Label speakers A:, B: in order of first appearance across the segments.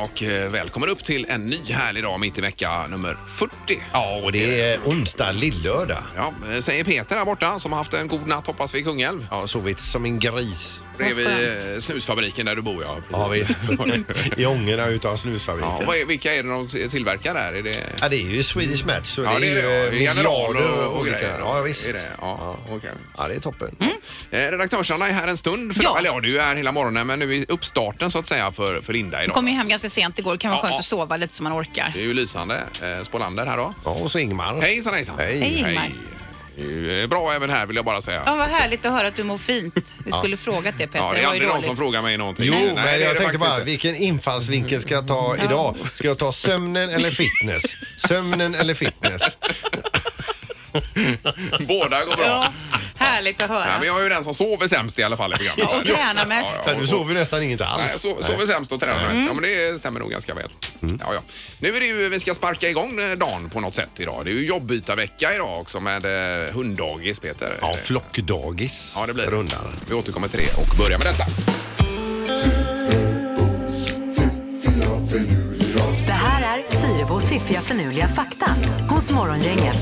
A: och eh, välkommen upp till en ny härlig dag mitt i vecka nummer 40.
B: Ja, och det är onsdag, lillördag.
A: Ja, eh, säger Peter där borta som har haft en god natt hoppas vi i Kungälv.
B: Ja, sovit som en gris.
A: Bredvid
C: Vad
A: eh, snusfabriken där du bor ja.
B: Ja, vi i ångorna utav snusfabriken.
A: ja
B: Ja.
A: vad är, vilka är det de tillverkar där? Är det...
B: det är ju Swedish Match så
A: Ja,
B: det är ju eh, miljarder och, olika. Ja, visst.
A: Är det? Ja, okej.
B: Ja, det är toppen.
A: Eh, Redaktörsarna är här en stund. För,
C: Ja.
A: Eller ja, du är här hela morgonen men nu i uppstarten så att säga för, för Linda
C: Jag
A: idag.
C: kom ju hem ganska sent igår. Det kan vara
A: Ja,
C: skönt
A: ja.
C: att sova lite så man orkar.
A: Det är ju lysande. Eh, Spolander här då.
B: Ja, och så Ingmar.
A: Hejsan hejsan.
B: Hej.
C: Hej Ingmar.
A: Det är Bra även här vill jag bara säga.
C: Ja, vad härligt att höra att du mår fint. Vi skulle frågat det Peter.
A: Ja, det
C: det
A: är
C: var ju
A: aldrig någon
C: dåligt.
A: som frågar mig någonting.
B: Jo,
A: Nej,
B: men
A: det är
B: jag
A: det
B: tänkte
A: faktiskt
B: bara,
A: inte.
B: vilken infallsvinkel ska jag ta idag? Ska jag ta sömnen eller fitness? Sömnen eller fitness?
A: Båda går bra.
C: Ja, härligt att höra.
A: Nej, men jag är ju den som sover sämst i alla fall i programmet.
C: Ja, och tränar mest.
A: Ja,
B: Så
A: ja,
B: här, Du sover Mm. ju nästan inget alls.
A: Nej, jag so- sover sämst och tränar mest. Ja, men det stämmer nog ganska väl.
B: Mm.
A: Ja, ja. Nu är det ju, vi ska sparka igång eh, dagen på något sätt idag. Det är ju jobbbytarvecka idag också med eh, hunddagis, Peter.
B: Ja, flockdagis.
A: Ja, det blir
B: för
A: det.
B: hundar.
A: Vi återkommer till det och börjar med detta.
D: Det här är Fyrabos fiffiga förnuliga fakta hos Morgongänget.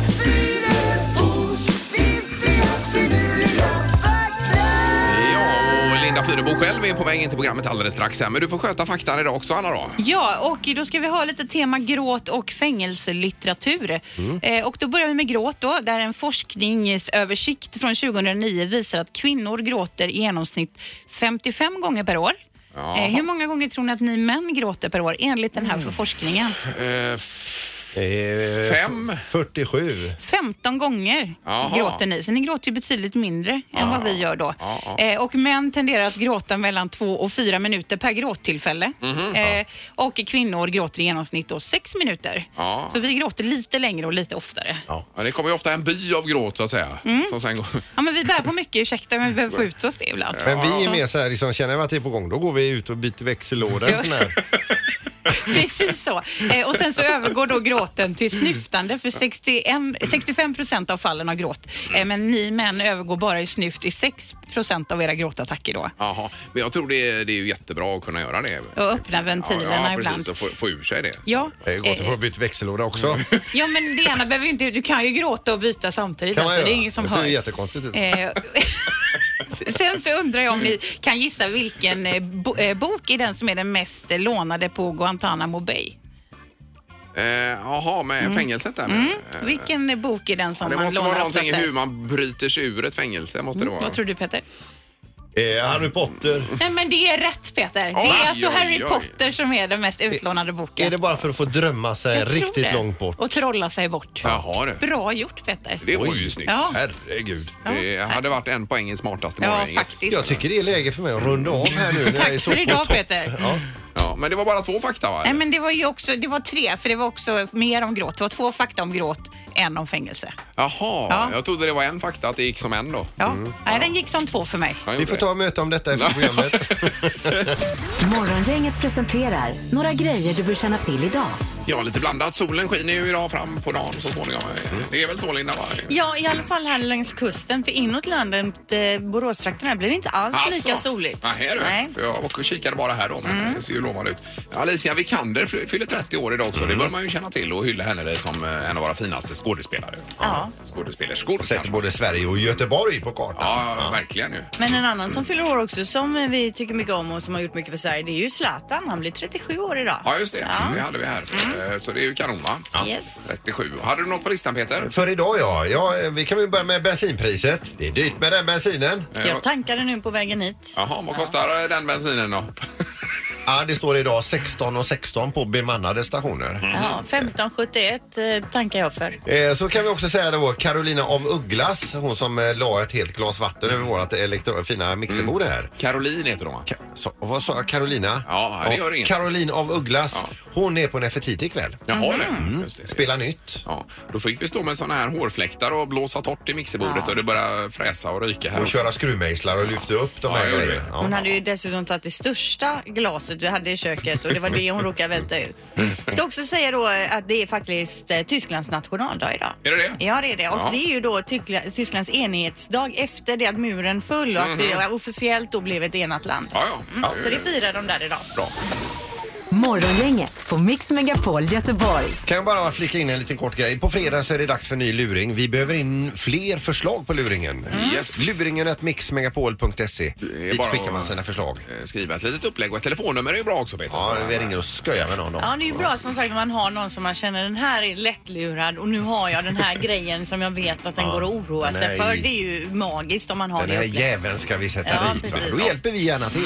A: Ja, och Linda Fyrebo själv är på väg in till programmet alldeles strax här. Men du får sköta faktan idag också, Anna då.
C: Ja, och då ska vi ha lite tema gråt och fängelselitteratur.
A: Mm.
C: Eh, och då börjar vi med gråt då, där en forskningsöversikt från 2009 visar att kvinnor gråter i genomsnitt 55 gånger per år.
A: Jaha.
C: Eh, hur många gånger tror ni att ni män gråter per år enligt den
A: Mm.
C: här forskningen?
A: Eh,
B: Eh,
A: Fem.
B: f- 47.
C: 15 gånger
A: Jaha.
C: gråter ni, så ni gråter ju betydligt mindre än vad vi gör då.
A: Ja, ja.
C: Eh, och män tenderar att gråta mellan 2 och 4 minuter per gråttillfälle.
A: Mhm,
C: eh, och kvinnor gråter i genomsnitt då 6 minuter.
A: Ja.
C: Så vi gråter lite längre och lite oftare. Ja.
A: ja, det kommer ju ofta en by av gråt, så att säga.
C: Mm.
A: Som sen går...
C: men vi bär på mycket, ursäkta, men vi behöver få ut oss det ibland.
B: Men vi är mer så här, liksom, känner vi att det är på gång, då går vi ut och byter växellåda. en sån här.
C: Precis så. Eh, och sen så övergår då gråten till snyftande för 61, 65 procent av fallen har gråt. Eh, men ni män övergår bara i snyft i 6 procent av era gråtattacker då.
A: Jaha, men jag tror det är, det är ju jättebra att kunna göra det.
C: och öppna ventilerna
A: ja, ja,
C: ibland.
A: precis. Och få, få ur sig det.
C: Ja,
B: Det är gott att
C: eh,
B: få byta växellåda
C: Mm.
B: också.
C: ja, men det ena behöver ju inte... Du kan ju gråta och byta samtidigt.
B: Kan man
C: Alltså, det är
B: göra.
C: ingen som
B: det ser ju
C: hör.
B: jättekonstigt ut.
C: Eh, Sen så undrar jag om ni kan gissa vilken eh, bo, eh, bok är den som är den mest eh, lånade på Guantanamo Bay?
A: Eh, Jaha, med fängelset där nu. Eh,
C: Vilken eh, bok är den som
A: Det
C: Mm. man
A: måste vara
C: lånar oftast?
A: någonting i hur
C: där? Mm,
A: man bryter sig ur ett fängelse. Måste det vara.
C: Vad tror du Peter?
B: Eh, Harry Potter.
C: Nej men det är rätt Peter.
A: Oj,
C: det är alltså
A: oj,
C: Harry
A: oj.
C: Potter som är den mest utlånade boken.
B: Är det bara för att få drömma sig
C: Jag tror
B: riktigt
C: det.
B: långt bort?
C: Och trolla sig bort.
A: Jaha du.
C: Bra gjort Peter.
A: Det var ju snyggt.
C: Ja.
B: Herregud.
A: Det hade varit en poäng i smartaste
C: Ja,
A: morgonen.
C: faktiskt.
B: Jag tycker det är läge för mig att runda av här nu när jag är
C: Tack
B: så
C: för
B: på
C: idag
B: topp.
C: Peter.
B: Ja.
A: Ja, men det var bara två fakta va?
C: Nej, men det var ju också, det var tre, för det var också mer om gråt. Det var två fakta om gråt, en om fängelse.
A: Jaha,
C: Ja.
A: jag trodde det var en fakta att det gick som en då.
C: Ja, Nej, den gick som två för mig.
A: Jag
B: Vi
A: gjorde
B: får ta
A: det.
B: och möta om detta efter programmet.
D: Morgongänget presenterar några grejer du bör känna till idag.
A: Ja, lite blandat. Solen skiner ju idag fram på dagen så småningom.
B: Mm.
A: Det är väl så Linda? Va?
E: Ja, i alla fall här längs kusten. För inåt landet, eh, Boråstrakten, här blir det inte alls Alltså, lika soligt.
A: Nej, här Alltså, är du.
E: Nej. Mm.
A: För jag och kikade bara här då, men det ser ju lovande ut. Alicia Vikander fly- fyller 30 år idag också. Det bör man ju känna till och hylla henne det som eh, en av våra finaste skådespelare.
E: Ja.
A: Skådespelerskor
B: Sätter
A: kanske.
B: både Sverige och Göteborg på kartan.
A: Ja, ja, verkligen ju.
E: Men en annan som fyller år också, som eh, vi tycker mycket om och som har gjort mycket för Sverige, det är ju Zlatan. Han blir 37 år idag.
A: Ja, just det. Det hade vi här.
E: Mm.
A: Eh, Så det är ju kanon, va?
E: Yes.
A: 37. Hade du något på listan, Peter?
B: För idag ja. ja, eh, vi kan väl börja med bensinpriset. Det är dyrt med den bensinen.
A: Ja.
E: Jag tankade nu på vägen hit.
A: Jaha, vad kostar eh, den bensinen då?
B: Ja, det står idag 16 och 16 på bemannade stationer.
E: Ja, 15,71 eh, tankar jag för.
B: Eh, Så kan vi också säga då Carolina av Ugglas, hon som eh, la ett helt glas vatten över vårt elektro- fina mixerbord
A: Mm.
B: här.
A: Caroline heter hon, va?
B: Ka- Så, vad sa jag? Carolina?
A: Ja, det gör inget.
B: Caroline av Ugglas.
A: Ja.
B: Hon är på Nefertiti ikväll.
A: Jaha,
E: Mm.
A: det. Just det.
B: Spelar nytt.
A: Ja, då fick vi stå med såna här hårfläktar och blåsa torrt i mixerbordet och det började fräsa och ryka här.
B: Och köra skruvmejslar och lyfta upp de
A: Ja,
B: här
A: jag gjorde
B: grejerna.
A: det.
E: Hon
B: Ja.
E: hade ju dessutom tagit det största glaset vi hade i köket och det var det hon råkade välta ut. Ska också säga då eh, att det är faktiskt eh, Tysklands nationaldag idag.
A: Är det det?
E: Ja, det är det. Och
A: Ja.
E: det är ju då Tyckla- Tysklands enighetsdag efter det att muren föll och att Mm. det officiellt då blev ett enat land.
A: Ja, ja.
E: Så det firar de där idag.
A: Bra.
D: Morgongänget på Mix Megapol Göteborg.
B: Kan jag bara flika in en liten kort grej. På fredag så är det dags för ny luring. Vi behöver in fler förslag på luringen.
A: Mm. Yes.
B: Luringen att mixmegapol.se.
A: är
B: Dit
A: bara
B: skickar man
A: att-
B: sina förslag.
A: Eh, Skriva ett litet upplägg och ett telefonnummer är ju bra också Peter.
B: Ja,
A: Så-
B: vi ringer och skojar med någon då.
C: Ja, det är ju bra som sagt när man har någon som man känner den här är lättlurad och nu har jag den här grejen som jag vet att den går att oroa sig
B: Nej.
C: för. Det är ju magiskt om man har
B: Den
C: det
B: här
C: upplägget.
B: jäveln ska vi sätta
C: Ja,
B: dit. va?
C: precis. Mm.
B: Då hjälper vi gärna till.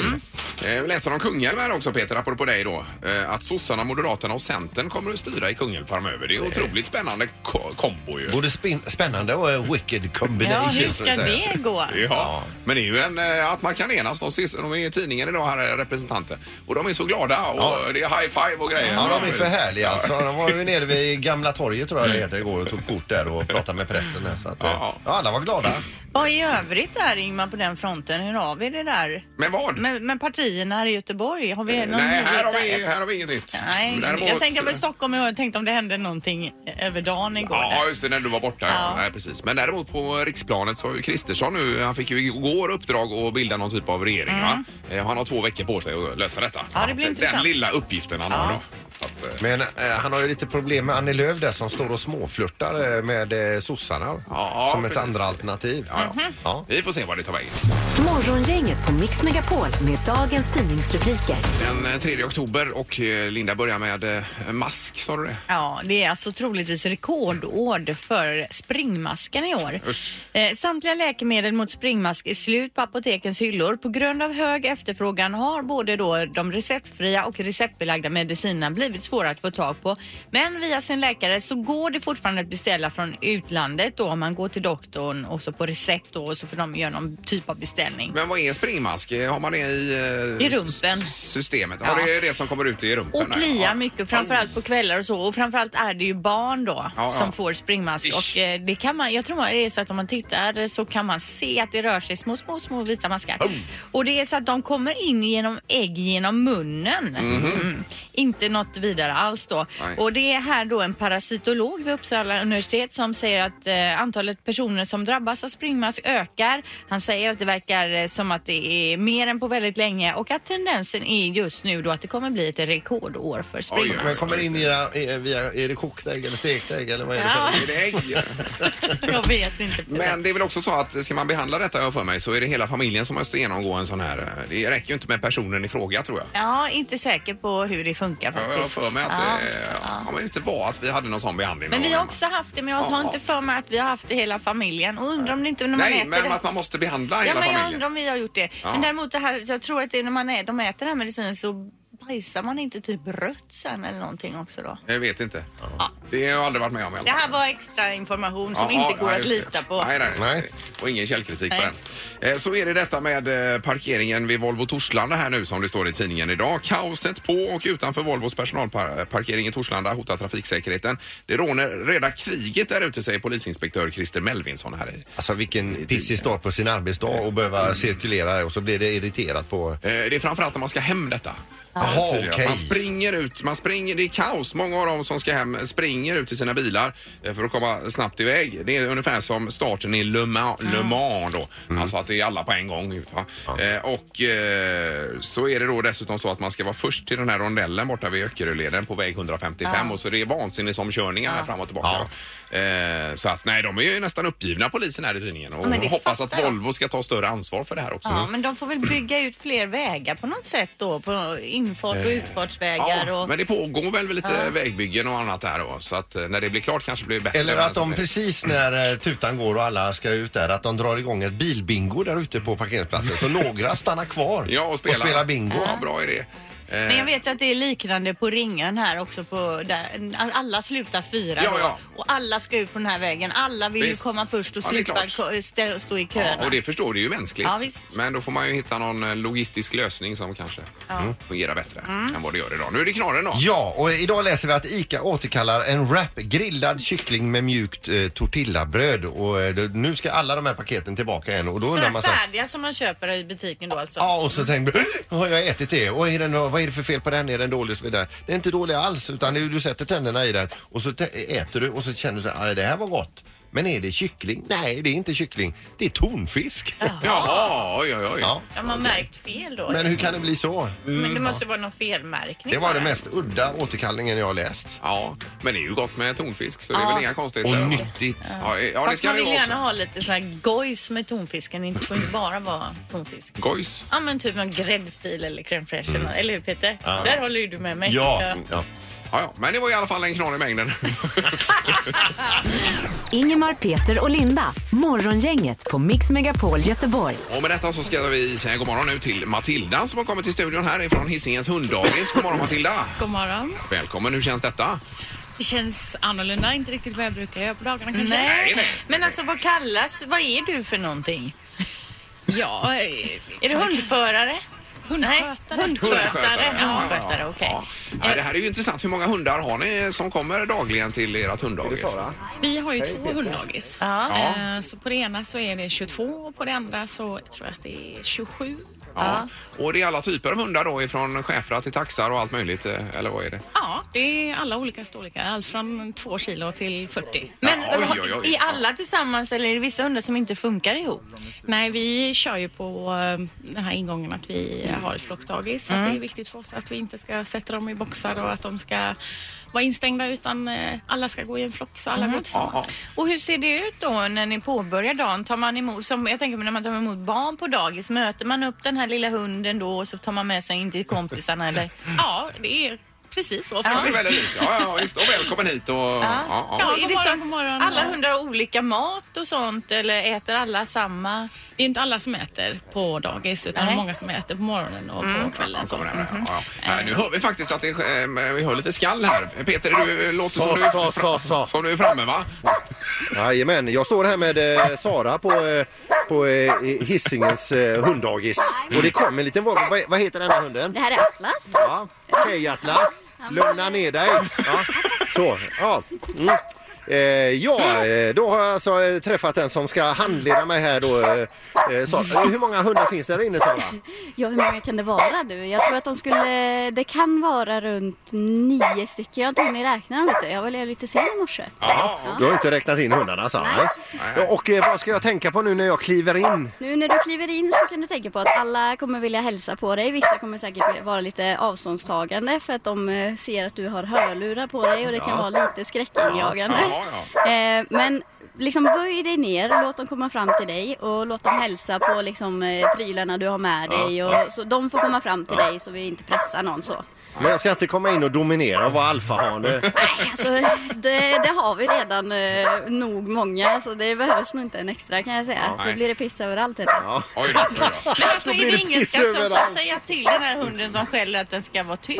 A: Eh, Vi läser om Kungälv här också Peter, apropå dig då. Eh, Att sossarna, moderaterna och centern kommer att styra i Kungälv framöver. Det är otroligt spännande ko- kombo ju.
B: Både spin- spännande och eh, wicked
C: Ja,
B: combination.
C: hur
B: så
C: ska
B: att säga.
C: det gå?
A: Ja, men det är ju en, eh, att man kan enas. De, sist, de är i tidningen idag här, eh, representanter. Och de är så glada och
B: Ja.
A: det är high five och grejer.
B: Ja, de är för härliga alltså. De var ju nere vid Gamla torget tror jag det heter igår och tog kort där och pratade med pressen. där, Så att, eh,
A: Ja.
B: ja, alla var glada.
C: Vad i övrigt där Ingmar på den fronten? Hur har vi det där
A: Men vad?
C: med, med partierna här i Göteborg? Har vi någon
A: Nej, här
C: nyhet
A: har,
C: där?
A: vi, här har vi inget nytt.
C: Nej,
A: Däremot-
C: jag tänker väl Stockholm igår. Jag tänkte om det hände någonting över dagen igår.
A: Ja,
C: där.
A: just det, när du var borta. Ja.
C: Ja.
A: Nej, precis. Men däremot på riksplanet så har ju Kristersson nu, han fick ju igår uppdrag att bilda någon typ av regering va? Eh, Han har två veckor på sig att lösa detta.
C: Mm. Ja, det blir
A: Den
C: intressant.
A: lilla uppgiften han har då. Så att, eh,
B: Men eh, han har ju lite problem med Annie Lööf där som står och småflörtar eh, med eh, sossarna.
A: Ja,
B: som ett
A: precis.
B: andra alternativ.
A: ja, ja.
B: Ja.
A: Vi får se vad det tar vägen.
D: Morgongänget på Mix Megapol med dagens tidningsrubriker.
A: Den eh, 3 oktober och eh, Linda börjar med eh, mask, sa du det?
C: Ja, det är alltså troligtvis rekordår för springmasken i år.
A: Usch.
C: Eh, samtliga läkemedel mot springmask är slut på apotekens hyllor. På grund av hög efterfrågan har både då de receptfria och receptbelagda medicinerna blivit svåra att få tag på. Men via sin läkare så går det fortfarande att beställa från utlandet då om man går till doktorn och så på recept då och så får de göra någon typ av beställning.
A: Men vad är en springmask? Eh, Har man det i, eh,
C: I rumpen.
A: s- systemet? Ja,
C: Ja.
A: det är det som kommer ut i rumpen.
C: Och
A: där, ja.
C: kliar mycket, framförallt på kvällar och så. Och framförallt är det ju barn då
A: Ja, ja.
C: som får springmask.
A: Ish.
C: Och eh, det kan man, jag tror att det är så att om man tittar så kan man se att det rör sig små, små, små vita maskar. Och det är så att de kommer in genom ägg genom munnen. Mm. Inte något vidare alls då.
A: Mhm. Nej.
C: Och det är här då en parasitolog vid Uppsala universitet som säger att eh, antalet personer som drabbas av springmask ökar. Han säger att det verkar eh, som att det är mer än på väldigt länge och att tendensen är just nu då att det kommer bli ett rekordår för springmask.
A: Oj,
B: Men kommer det in era, eh, via, är det kokt ägg eller stekt ägg eller vad är det
C: Ja.
B: för
A: Är det ägg?
C: Jag vet inte.
A: Men det är väl också så att ska man behandla detta har jag för mig så är det hela familjen som måste genomgå en sån här. eh, Det räcker ju inte med personen i fråga tror jag.
C: Ja, inte säker på hur det funkar
A: Jag
C: faktiskt.
A: har för mig att
C: Ja.
A: det ja. men inte var att vi hade någon sån behandling.
C: Men
A: någon
C: vi har
A: gång
C: också haft det, men jag har
A: Ja.
C: inte för mig att vi har haft det hela familjen. Och undrar om det inte när man
A: hemma. Nej,
C: äter
A: men
C: det.
A: att man måste behandla
C: ja,
A: hela
C: men jag
A: familjen.
C: undrar om vi har gjort det.
A: Ja.
C: Men däremot det här, jag tror att det är när man är, de äter den här medicinen så bajsar man inte typ rött sen eller någonting också då.
A: Jag vet inte. Det har jag aldrig varit med om i alla
C: Det
A: fall.
C: här var extra information som
A: Ja,
C: inte
A: ja,
C: går att
A: just det.
C: lita på.
A: Nej, nej, nej.
B: Nej.
A: Och ingen källkritik på
C: Nej.
A: den. Eh, Så är det detta med eh, parkeringen vid Volvo Torslanda här nu som det står i tidningen idag. Kaoset på och utanför Volvos personalparkering i Torslanda hotar trafiksäkerheten. Det råner reda kriget där ute säger polisinspektör Christer Melvinsson här i.
B: Alltså vilken pissig start på sin arbetsdag och behöva cirkulera där och så blir det irriterat på...
A: Eh, Det är framförallt när man ska hem detta. Eh,
B: Jaha,
A: Tydligen.
B: okej.
A: Man springer ut, man springer, det är kaos. Många av dem som ska hem springer ut till sina bilar eh, för att komma snabbt iväg. Det är ungefär som starten i Le Mans,
C: Mm.
A: Le Mans då. Alltså att det är alla på en gång. ut, Va? Eh, och eh, så är det då dessutom så att man ska vara först till den här rondellen borta vid Öckeröleden på väg 155 och så det är vansinnesomkörningar här fram och tillbaka. Eh, så att nej, de är ju nästan uppgivna polisen här i tidningen och
C: Ja, men det
A: hoppas att
C: fattar jag.
A: Volvo ska ta större ansvar för det här också.
C: Ja, men de får väl bygga ut fler vägar på något sätt då, på infart och utfartsvägar
A: Eh, Ja,
C: och...
A: men det pågår väl lite vägbyggen och annat där då, så att eh, när det blir klart kanske det blir bättre.
B: Eller
A: än
B: att
A: som det
B: de
A: är.
B: precis när eh, tutan går och alla ska ut där, att de drar igång ett bilbingo där ute på parkeringsplatsen. Så några stannar kvar
A: ja, och spelar,
B: bingo.
A: Ja, bra idé. Eh,
C: Men jag vet att det är liknande på ringen här också. På där, alla slutar fyra
A: Ja,
C: då,
A: ja.
C: och alla ska ut på den här vägen. Alla vill
A: Visst.
C: ju komma först och
A: Ja, det är
C: slippa
A: klart.
C: ko- stä- stå i köerna.
A: och det förstår du ju mänskligt.
C: Ja, visst.
A: Men då får man ju hitta någon eh, logistisk lösning som kanske mm, fungerar bättre än vad det gör idag. Nu är det knorren då.
B: Ja, och idag läser vi att ICA återkallar en wrap, grillad kyckling med mjukt eh, tortillabröd. Och eh, det- nu ska alla de här paketen tillbaka igen och då undrar man så här,
C: färdiga som man köper i butiken då alltså?
B: Ja, och så tänker man, "Åh, har jag ätit det? Och är den, vad är det för fel på den? Är den dålig? Och så vidare. Det är inte dålig alls, utan det är, du sätter tänderna i den och så tä- äter du och så känner du så här, "Ah, det här var gott.
F: Men är det kyckling? Nej, det är inte kyckling. Det är tonfisk.
A: Jaha, oj, oj, oj.
F: Ja.
G: De har märkt fel då.
F: Men hur kan det bli så?
C: Mm.
B: Mm.
G: Men det måste vara någon felmärkning.
F: Det var den
G: bara.
F: mest udda återkallningen jag har läst.
A: Ja, men det är ju gott med tonfisk så det är väl inga konstigheter.
F: Och
A: va?
F: nyttigt.
A: Ja, det- ja, det
G: Fast
A: ska
G: man
A: det
G: vill
A: ju
G: gärna
A: också.
G: ha lite så här gojs med tonfisken. Det får inte bara vara tonfisk.
A: Gojs.
G: Ja men typ någon gräddfil eller crème fraîche eller
A: Mm.
G: något. eller hur Peter? Där håller ju du med mig.
F: Ja, ja.
A: Ja, ja, men det var i alla fall en knorr i mängden.
D: Ingemar, Peter och Linda. Morgongänget på Mix Megapol Göteborg.
A: Och med detta så ska vi säga god morgon nu till Matilda som har kommit till studion här ifrån Hisingens hunddagis. God morgon Matilda!
H: God morgon.
A: Välkommen, hur känns detta?
H: Det känns annorlunda, inte riktigt vad jag brukar göra på dagarna kanske.
G: Nej.
A: nej.
G: Men alltså vad kallas, vad är du för någonting?
H: Ja, eh,
G: Är du hundförare?
H: hundskötare.
G: Nej, hund- Hundskötare, ja,
A: Ja, ja,
G: hundskötare,
A: ja.
G: okej.
A: Ja. Ja, det här är ju intressant. Hur många hundar har ni som kommer dagligen till ert hunddagis?
H: Vi har ju två hunddagis.
G: Ja.
A: Ja.
H: Eh, Så på det ena så är det 22 och på det andra så tror jag att det är 27.
A: Ja. Och det är alla typer av hundar då, ifrån schäfrar till taxar och allt möjligt, eh, eller vad är det?
H: Ja, det är alla olika storlekar. Allt från 2 kilo till 40.
G: Men
A: Ja, oj, oj, oj.
G: är alla tillsammans eller är det vissa hundar som inte funkar ihop?
H: Nej, vi kör ju på eh, den här ingången att vi har ett flockdagis. så Att
A: Mm.
H: det är viktigt för oss att vi inte ska sätta dem i boxar och att de ska vara instängda utan eh, alla ska gå i en flock så alla går
A: Ja,
H: tillsammans.
A: ja.
G: Och hur ser det ut då när ni påbörjar dagen? Tar man emot, som jag tänker när man tar emot barn på dagis, möter man upp den här lilla hunden då och så tar man med sig in till kompisarna eller?
H: Ja, det är precis så
A: Ja, det är
H: faktiskt.
A: väldigt likt. Ja, ja, visst. Och välkommen hit. Och, ja. Ja,
H: Ja,
G: Och är
H: god
G: det
H: morgon,
G: så att
H: god morgon.
G: alla
H: Ja.
G: hundar har olika mat och sånt eller äter alla samma?
H: Det är inte alla som äter på dagis utan
G: Nej.
H: många som äter på morgonen och på kvällen. Så.
A: Kommer den här. Ja, ja. Äh, Nu hör vi faktiskt att det, eh, vi hör lite skall här. Peter, du eh, låter som du, är,
B: Så, så, så, så.
A: som du är framme va?
B: Jajamän, jag står här med eh, Sara på, eh, på eh, Hisingens eh, hunddagis. Och det kom en liten... Vad, vad- vad heter den här hunden?
I: Det här är Atlas.
B: Ja. Hej Atlas! Lugna ner dig! Ja. Så, ja. Mm. Eh, ja, eh, då har jag alltså eh, träffat den som ska handleda mig här då. Eh, eh, Sara. Hur många hundar finns där inne Sara?
I: Ja, hur många kan det vara du? Jag tror att de skulle... Det kan vara runt nio stycken. Jag har inte hunnit räkna dem vet du. Jag var lite sen i morse.
A: Ja.
B: Du har inte räknat in hundarna Sara? Nej. Ja, och eh, vad ska jag tänka på nu när jag kliver in?
I: Nu när du kliver in så kan du tänka på att alla kommer vilja hälsa på dig. Vissa kommer säkert vara lite avståndstagande för att de eh, ser att du har hörlurar på dig och det kan vara lite skräckinjagande.
A: Ja, ja.
I: Eh, Men liksom böj dig ner, låt dem komma fram till dig och låt dem hälsa på liksom eh, prylarna du har med dig. Och, så de får komma fram till dig så vi inte pressar någon så.
B: Men jag ska inte komma in och dominera och vara alfahane.
I: Nej, alltså, det, det har vi redan eh, nog många så det behövs nog inte en extra kan jag säga.
A: nej.
I: Då blir det piss överallt vet du.
A: Oj då, oj då.
G: Men alltså
B: blir
G: är det
B: det
G: ingen
B: piss
G: ska som ska
B: överallt.
G: säga till den här hunden som skäller att den ska vara tyst?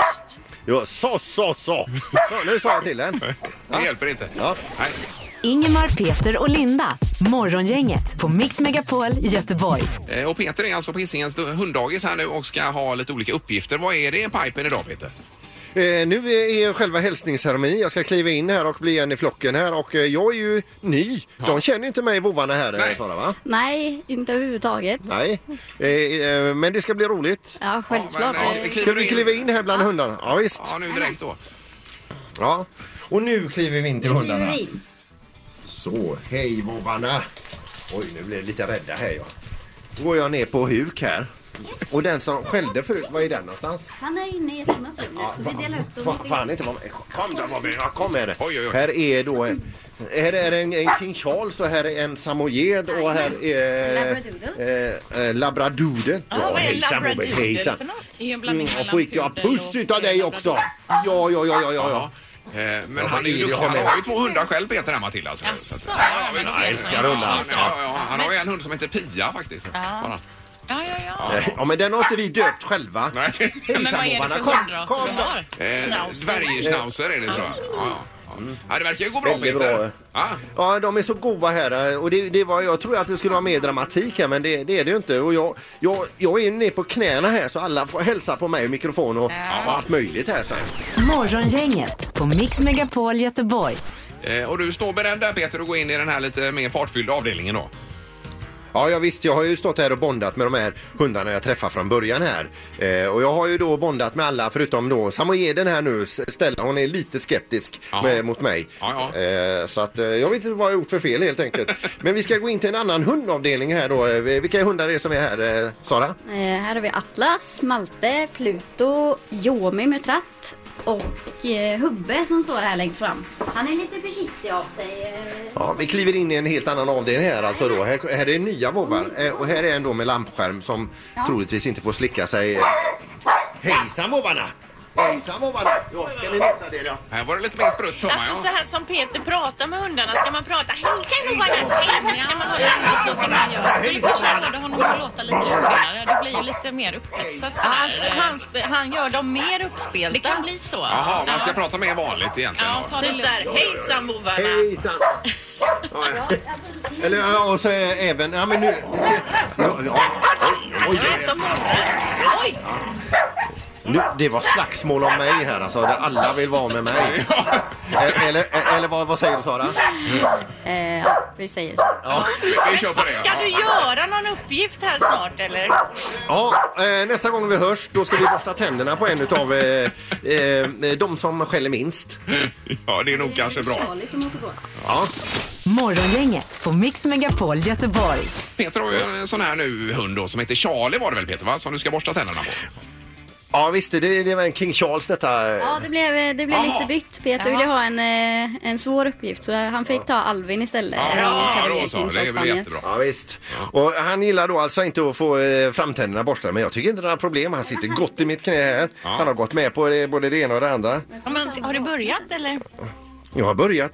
B: Ja, så, så, så. så nu sa jag till den.
A: Det hjälper inte.
B: Ja.
A: Nej.
D: Ingemar, Peter och Linda. Morgongänget på Mix Megapol Göteborg.
A: Eh, Och Peter är alltså på Hisingens hunddagis här nu och ska ha lite olika uppgifter. Vad är det i pipen idag Peter?
B: Eh, nu är själva hälsningsceremonin. Jag ska kliva in här och bli en i flocken här och eh, jag är ju ny. De känner ju inte mig vovvarna här eh,
A: Nej.
B: Sara va?
I: Nej, inte överhuvudtaget.
B: Nej. Eh, eh, men det ska bli roligt.
I: Ja, självklart.
A: men,
I: Eh,
A: eh, kliver
B: Ska
A: du
B: vi
A: in?
B: kliva in här bland hundarna? Ja visst.
A: Ja, nu direkt då. Eh,
B: Ja. Och nu kliver vi in till
I: kliver
B: hundarna.
I: vi in.
B: Så, hej vovvarna! Oj, nu blev jag lite rädda här jag. Då går jag ner på huk här. Och den som skällde förut, var är den någonstans?
I: Han är inne i ett annat rum nu så vi delar upp dem
B: Fan, fan inte var med. Kom då Bobby, ja, kom med det.
A: Oj, oj, oj.
B: Här är då en, här är en, en King Charles och här är en samojed och här är
I: Labradoodle.
B: eh, eh, labradoodle. Ja,
G: vad är
B: hejsan, Bobby,
G: labradoodle
B: hejsan.
G: för något?
H: Det är ju en
B: Mm,
H: blandning
B: och
H: mellan
B: fick jag
H: pudel och-
B: puss utav dig också? Ja, ja, ja, ja, ja. ja.
A: Eh, Men
B: Ja,
A: han är ju
B: det är det
A: duktig.
B: jag
A: Han
B: med.
A: har ju två hundar själv Peter här Matilda. Alltså.
H: Jaså?
A: Så att- Ja, ja, visst.
H: Jag
B: älskar hundar.
A: Ja, ja, Han har ju en hund som heter Pia faktiskt. Bara.
H: Ja, ja, ja.
B: Ja, men den har inte vi döpt själva.
A: Nej.
H: Men vad är det
B: vovvarna.
H: för
B: Kom,
H: hundraser
B: kom.
H: du har?
A: Eh, Dvärgschnauzer är det tror jag. Ja, ja. ja, det verkar ju gå bra
B: Väldigt
A: Peter.
B: bra.
A: Ja.
B: Ja, de är så goa här. Och det, det var, jag tror att det skulle vara mer dramatik här, men det, det är det ju inte. Och jag, jag, jag är ner på knäna här så alla får hälsa på mig i mikrofon och allt möjligt här. Så. här.
D: Morgongänget på Mix Megapol Göteborg.
A: Eh, Och du står beredd där Peter att gå in i den här lite mer fartfyllda avdelningen då?
B: Ja, ja visst, jag har ju stått här och bondat med de här hundarna jag träffade från början här. Eh, och jag har ju då bondat med alla förutom då samojeden här nu, S- Stella, hon är lite skeptisk
A: Jaha.
B: med, mot mig.
A: Ja, ja.
B: Eh, så att eh, jag vet inte vad jag gjort för fel helt enkelt. Men vi ska gå in till en annan hundavdelning här då. Eh, Vilka hundar är det som är här, eh, Sara?
I: Eh, här har vi Atlas, Malte, Pluto, Yomi med tratt och eh, Hubbe som står här längst fram. Han är lite försiktig av sig. Eh,
B: Ja, vi kliver in i en helt annan avdelning här alltså då. Här, här är nya vovvar eh, och här är en då med lampskärm som troligtvis inte får slicka sig. eh. Hejsan vovvarna! Hejsan vovvarna! Ja, ska ni nosa det då?
A: Här var det lite mer sprutt hör man,
G: Alltså så
A: ja.
G: här som Peter pratar med hundarna, ska man prata hej kan man hålla hej ska man hålla hej så som han gör?
H: Skulle kanske råda honom att låta lite lugnare. Det blir ju lite mer upphetsat. så här.
G: Alltså, han, sp- han gör dem mer uppspelta.
H: Det kan bli så.
A: Jaha, man ska prata mer vanligt egentligen.
H: Ja,
A: då.
H: ta det
G: Typ
H: lugnt.
G: såhär, hejsan bovarna!
B: Hejsan! Eller ja, och så eh, även... Ja, men nu... se- Ja, ja, oj, oj,
G: Jag är
B: oj.
G: som Oj!
B: Nu, det var slagsmål om mig här alltså. där Alla vill vara med mig. Eh, Eller, eh, eller vad, vad säger du Sara?
I: eh, ja, vi säger så.
A: Vi kör på det.
C: Ska du göra någon uppgift här snart eller?
B: Ja, eh, nästa gång vi hörs då ska vi borsta tänderna på en utav eh, eh, de som skäller minst.
A: Ja, det är nog kanske bra.
I: Charlie som åker på.
B: Ja.
D: Morgongänget på Mix Megapol Göteborg.
A: Peter har ju en sån här nu hund då som heter Charlie var det väl Peter va? Som du ska borsta tänderna på.
B: ja, visst det, det var en King Charles detta.
I: Ja, det blev, eh, det blev
A: Jaha.
I: lite bytt. Peter ville ha en, eh, en svår uppgift så han fick ta Alvin istället. En
A: Ja,
I: kavaljer
A: då så.
I: kring
A: Det blir
I: Spanien.
A: jättebra.
B: Ja, visst. Och han gillar då alltså inte att få eh, framtänderna borstade men jag tycker inte det är några problem. Han sitter gott i mitt knä här. Han har gått med på det, både det ena och det andra.
C: Ja, men Har du börjat eller?
B: Jag har börjat.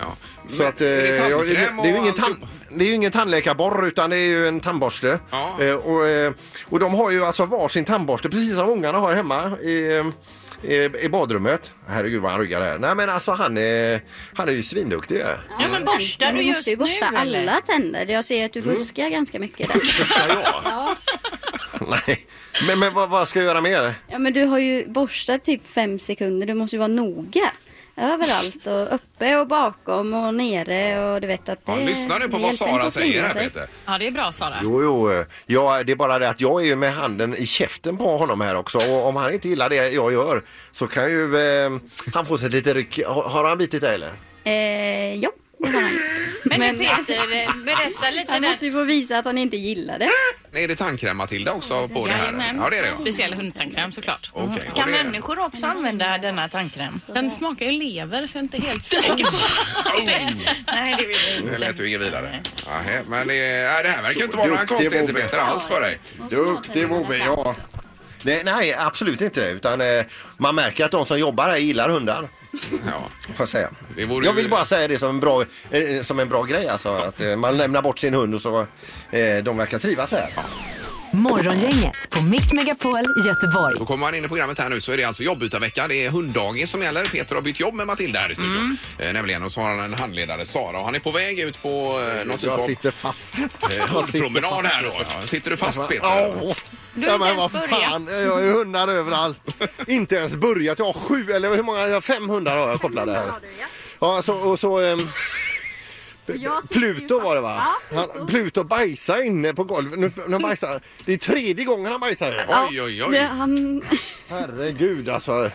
A: Ja.
B: Så
A: Men
B: att, eh,
A: är det
B: jag, det,
A: tandkräm
B: det är ju
A: och
B: ingen, tan,
A: alltihop?
B: det är ju ingen tandläkarborr utan det är ju en tandborste.
A: Ja.
B: Eh, och, eh, och de har ju alltså varsin tandborste precis som ungarna har hemma i, eh, i, i badrummet. Herregud vad han ryggar här. Nej men alltså han är, han är ju svinduktig. ja.
G: Ja men borstar
I: Men
G: du
I: du måste ju
G: just
I: borsta
G: nu eller?
I: alla tänder. Jag ser att du
A: Mm.
I: fuskar ganska mycket där.
B: Ska jag? Nej. Men, men vad, vad ska jag göra mer?
I: Ja men du har ju borstat typ fem sekunder, du måste ju vara noga. Överallt och uppe och bakom och nere och du vet att det...
A: Ja, lyssna nu på
I: det
A: vad
I: hjälper Eh, inte
A: Sara
I: att
A: säger
I: slingra
A: här
I: sig.
A: Peter.
H: Ja, det är bra Sara.
B: Jo, jo, eh, ja, det är bara det att jag är ju med handen i käften på honom här också och om han inte gillar det jag gör så kan ju eh, han få sig lite ryck. Har, har han bitit dig eller?
I: Eh, ja, det har han.
C: Men, du, Peter, eh, berätta lite
I: Han
C: där.
I: måste ju få visa att han inte gillar det.
A: Är det tandkräm Matilda också på det här?
H: Jajamän.
A: Ja, det är det. ja.
H: Speciell hundtandkräm såklart.
A: Okej, och
G: Kan
A: det-
G: människor också använda denna tandkräm?
H: Den smakar ju lever så jag är inte helt säker på
A: Oh.
C: Nej, det vill jag inte.
A: Det lät ju inget vidare. Nähä, men det, nej, det här verkar ju inte vara några
B: Duktig
A: konstigheter
B: vovve.
A: Peter alls för dig.
B: Duktig vovve, ja. Nej, nej, absolut inte. Utan, eh, man märker att de som jobbar här gillar hundar.
A: Ja.
B: Får jag, säga.
A: Det vore
B: jag
A: ju-
B: vill bara säga det som en bra, eh, som en bra grej. Alltså, att eh, man lämnar bort sin hund och så eh, de verkar trivas här.
D: Morgongänget på Mix Megapol Göteborg.
A: Då kommer man in i programmet här nu så är det alltså jobbytarvecka. Det är hunddagis som gäller. Peter har bytt jobb med Matilda här i studion.
B: Mm.
A: Eh, nämligen och så har han en handledare, Sara. Och han är på väg ut på eh, någon typ
B: Jag
A: av
B: sitter fast.
A: eh, hundpromenad här då. Ja, sitter du fast Peter? eller?
B: Ja,
C: Du har
B: ja
C: inte
B: men
C: ens
B: vad fan, jag har ju hundar överallt. inte ens börjat, jag har sju eller hur många, jag har fem hundar har jag kopplade här. Ja, så, och så... ehm,
I: jag sitter ju
B: Pluto var det va?
I: fast- ja,
B: Han, Pluto bajsade inne på golvet. Nu, nu bajsar. han. Det är tredje gången han bajsar. här.
A: Oj, oj,
I: Det,
A: oj.
I: han...
B: Herregud alltså.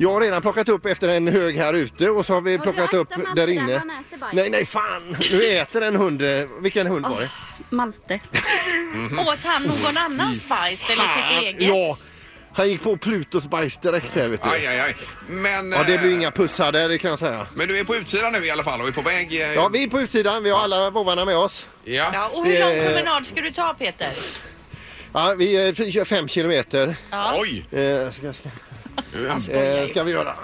B: Jag har redan plockat upp efter en hög här ute och så har vi
I: du
B: plockat
I: aktar
B: upp
I: Malte
B: där
I: där,
B: inne.
I: han äter bajs.
B: Nej, nej fan! Nu äter en hund. eh, Vilken hund var det?
I: Malte.
C: Åt han någon annans bajs eller sitt
B: Fan,
C: eget?
B: ja! Han gick på Plutos bajs direkt här vet
A: Aj,
B: du.
A: aj, aj. Men,
B: Ja, det blir
A: eh,
B: inga pussar där det kan jag säga.
A: men du är på utsidan nu i alla fall och är på väg. eh,
B: Ja, vi är på utsidan. Vi har alla vovvarna med oss.
A: ja.
C: Ja, och hur lång
B: Eh.
C: promenad ska du ta Peter?
B: Ja, vi eh, kör fem kilometer.
A: Oj!
B: Eh, ska, ska,
A: Nu är han-
B: eh, ska vi göra.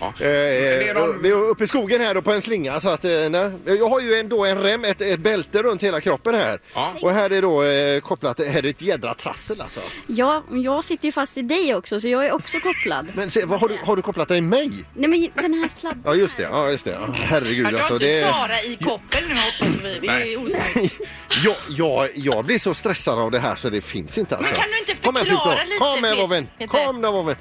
A: Ja.
B: Eh,
A: det är någon-
B: och vi är uppe i skogen här då på en slinga så att eh, nej. jag har ju ändå en rem, ett, ett bälte runt hela kroppen här.
A: Ja.
B: Och här är då eh, kopplat, här är ett jädra trassel alltså.
I: Ja, jag sitter ju fast i dig också så jag är också kopplad.
B: Men se, vad, har, du, har du kopplat dig i mig?
I: Nej men den här sladden.
B: Ja just det, ja just det. Ja, herregud
C: Ja, du har
B: alltså.
C: inte
B: Det,
C: Sara i koppel nu hoppas vi. Det
A: Nej.
C: är osnyggt.
B: jag, jag, jag blir så stressad av det här så det finns inte alltså.
C: kan du inte
B: Kom här,
C: förklara
B: Pluto.
C: lite,
B: Kom här
C: Pet-
B: vovven,
C: Peter?
B: kom då vovven.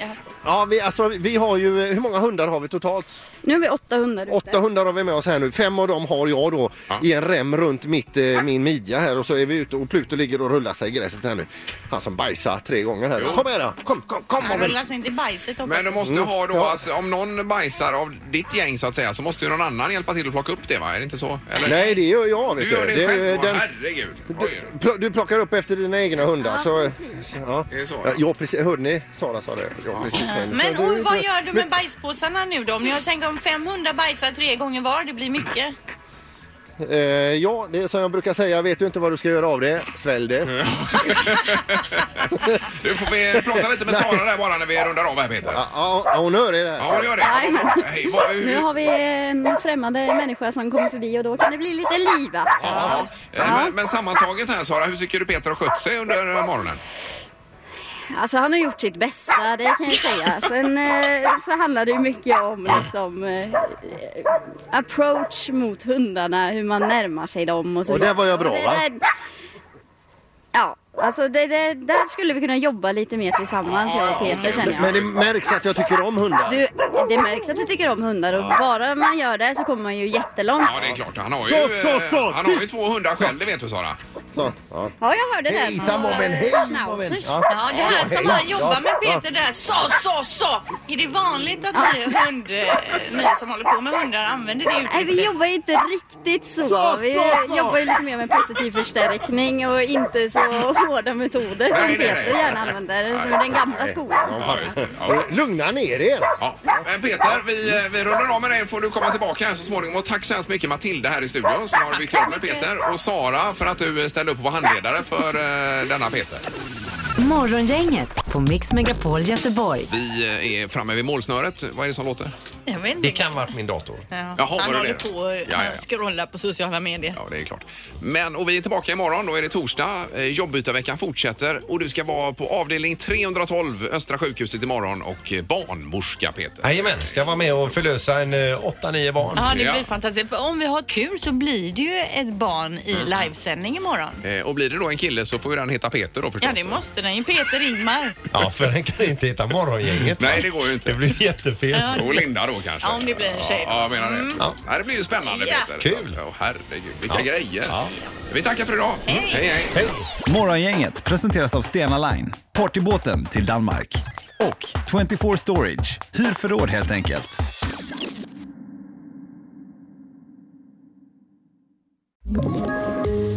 B: Ja, vi, alltså, vi har ju, hur många hundar har vi totalt?
I: Nu har vi 800 ute.
B: 800 har vi med oss här nu. Fem av dem har jag då
A: Ja.
B: i en rem runt mitt, eh, min midja här och så är vi ute och Pluto ligger och rullar sig i gräset här nu. Han som bajsar tre gånger här.
A: Jo.
B: Kom här då, kom, kom, kom
C: Han
B: Abel.
C: rullar sig inte i bajset hoppas
A: Men du
C: jag.
A: måste
B: Mm.
A: ha då
B: Ja.
A: att om någon bajsar av ditt gäng så att säga så måste ju någon annan hjälpa till att plocka upp det va? Är det inte så? Eller?
B: Nej, det gör jag vet
A: Du
B: du.
A: gör det,
B: är ju
A: själv? Åh,
B: den-
A: Herregud. Oj.
B: du, pl- du plockar upp efter dina egna hundar. så, så, ja.
A: Det är så,
B: ja.
A: ja.
B: ja, precis. Hörde ni? Sara sa det. Ja, precis.
G: Men
B: Så du-
G: och, vad gör du med bajspåsarna nu då? Om jag tänker om 500 bajsar tre gånger var, det blir mycket.
B: Eh, ja, det är som jag brukar säga, vet du inte vad du ska göra av det, svälj det.
A: Du får vi prata lite med Sara där bara när vi rundar av här Peter.
B: Ja, ja, hon hör det där.
A: Ja, gör det. Ja, vad bra. Hej, vad- hur-
I: Nu har vi en främmande människa som kommer förbi och då kan det bli lite livat.
A: Ja, ja. Eh, Men, men sammantaget här Sara, hur tycker du Peter har skött sig under eh, morgonen?
I: Alltså han har gjort sitt bästa, det kan jag säga. Sen eh, så handlar det ju mycket om liksom, eh, approach mot hundarna, hur man närmar sig dem och så
B: Och där var jag
I: vidare.
B: bra,
I: Och det där- Ja, alltså det, det, där skulle vi kunna jobba lite mer tillsammans jag och Peter känner jag.
B: Men det märks att jag tycker om hundar.
I: Du, det märks att du tycker om hundar och bara man gör det så kommer man ju jättelångt.
A: Ja, det är klart. Han har ju,
B: Så, så,
A: eh,
B: så.
A: Han har ju två hundar själv, det vet du Sara.
B: Så, ja.
I: Ja, jag hörde det.
B: Hejsan Bobben, hej Bobben!
I: Schnauzers.
B: Ja.
G: Ja, det här som han jobbar med Peter där. Så, så, så! Är det vanligt att ni, hund, eh, ni som håller på med hundar använder det
I: Nej, vi
G: uttrycket?
I: jobbar inte riktigt så. vi jobbar ju lite mer med positiv förstärkning och inte så hårda metoder som
A: Nej, nej,
I: Peter
A: nej.
I: gärna använder, som i den gamla skolan.
A: Ja, just det. Ja.
B: Ja. Lugna ner er!
A: Ja. Men Peter, vi, eh, vi rundar av med dig. får du komma tillbaka här så småningom. Och tack så hemskt mycket Matilda här i studion som har byggt upp med Peter och Sara för att du eh, ställde upp och var handledare för eh, denna Peter.
D: Morgongänget på Mix Megapol Göteborg.
A: Vi eh, är framme vid målsnöret. Vad är det som låter?
C: Jag vet inte.
F: Det kan varit min dator.
C: Ja.
A: Jaha, var
C: han
A: det
C: håller
A: det?
C: på och
A: Ja, ja, ja.
C: han scrollar på sociala medier.
A: Ja, det är klart. Men, och vi är tillbaka imorgon. Då är det torsdag. Eh, Jobbytarveckan fortsätter och du ska vara på avdelning 312 Östra sjukhuset imorgon och eh, barnmorska, Peter.
F: Jajamän, ska vara med och förlösa en eh, åtta, nio barn.
C: Ja, det blir
A: Ja.
C: fantastiskt. För om vi har tur så blir det ju ett barn i
A: Mm.
C: livesändning imorgon.
A: Eh, Och blir det då en kille så får ju den heta Peter då förstås.
C: Ja, det måste den ju. Peter Ingmar.
F: Ja, för den kan inte heta Morgongänget. va?
A: Nej, det går ju inte.
F: Det blir jättefel.
A: Och Linda då kanske.
C: Ja, om det blir en tjej då. Mm.
A: Ja, jag menar det. Ja, det blir ju spännande
C: Ja.
A: Peter.
F: Kul.
A: Ja, herregud, vilka
F: Ja.
A: grejer.
F: Ja.
A: Vi tackar för idag. hej. hej.
F: Hej!
J: Morgongänget presenteras av Stena Line, partybåten till Danmark. Och 24 Storage, hyr förråd helt enkelt.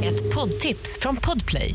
D: Ett poddtips från Podplay.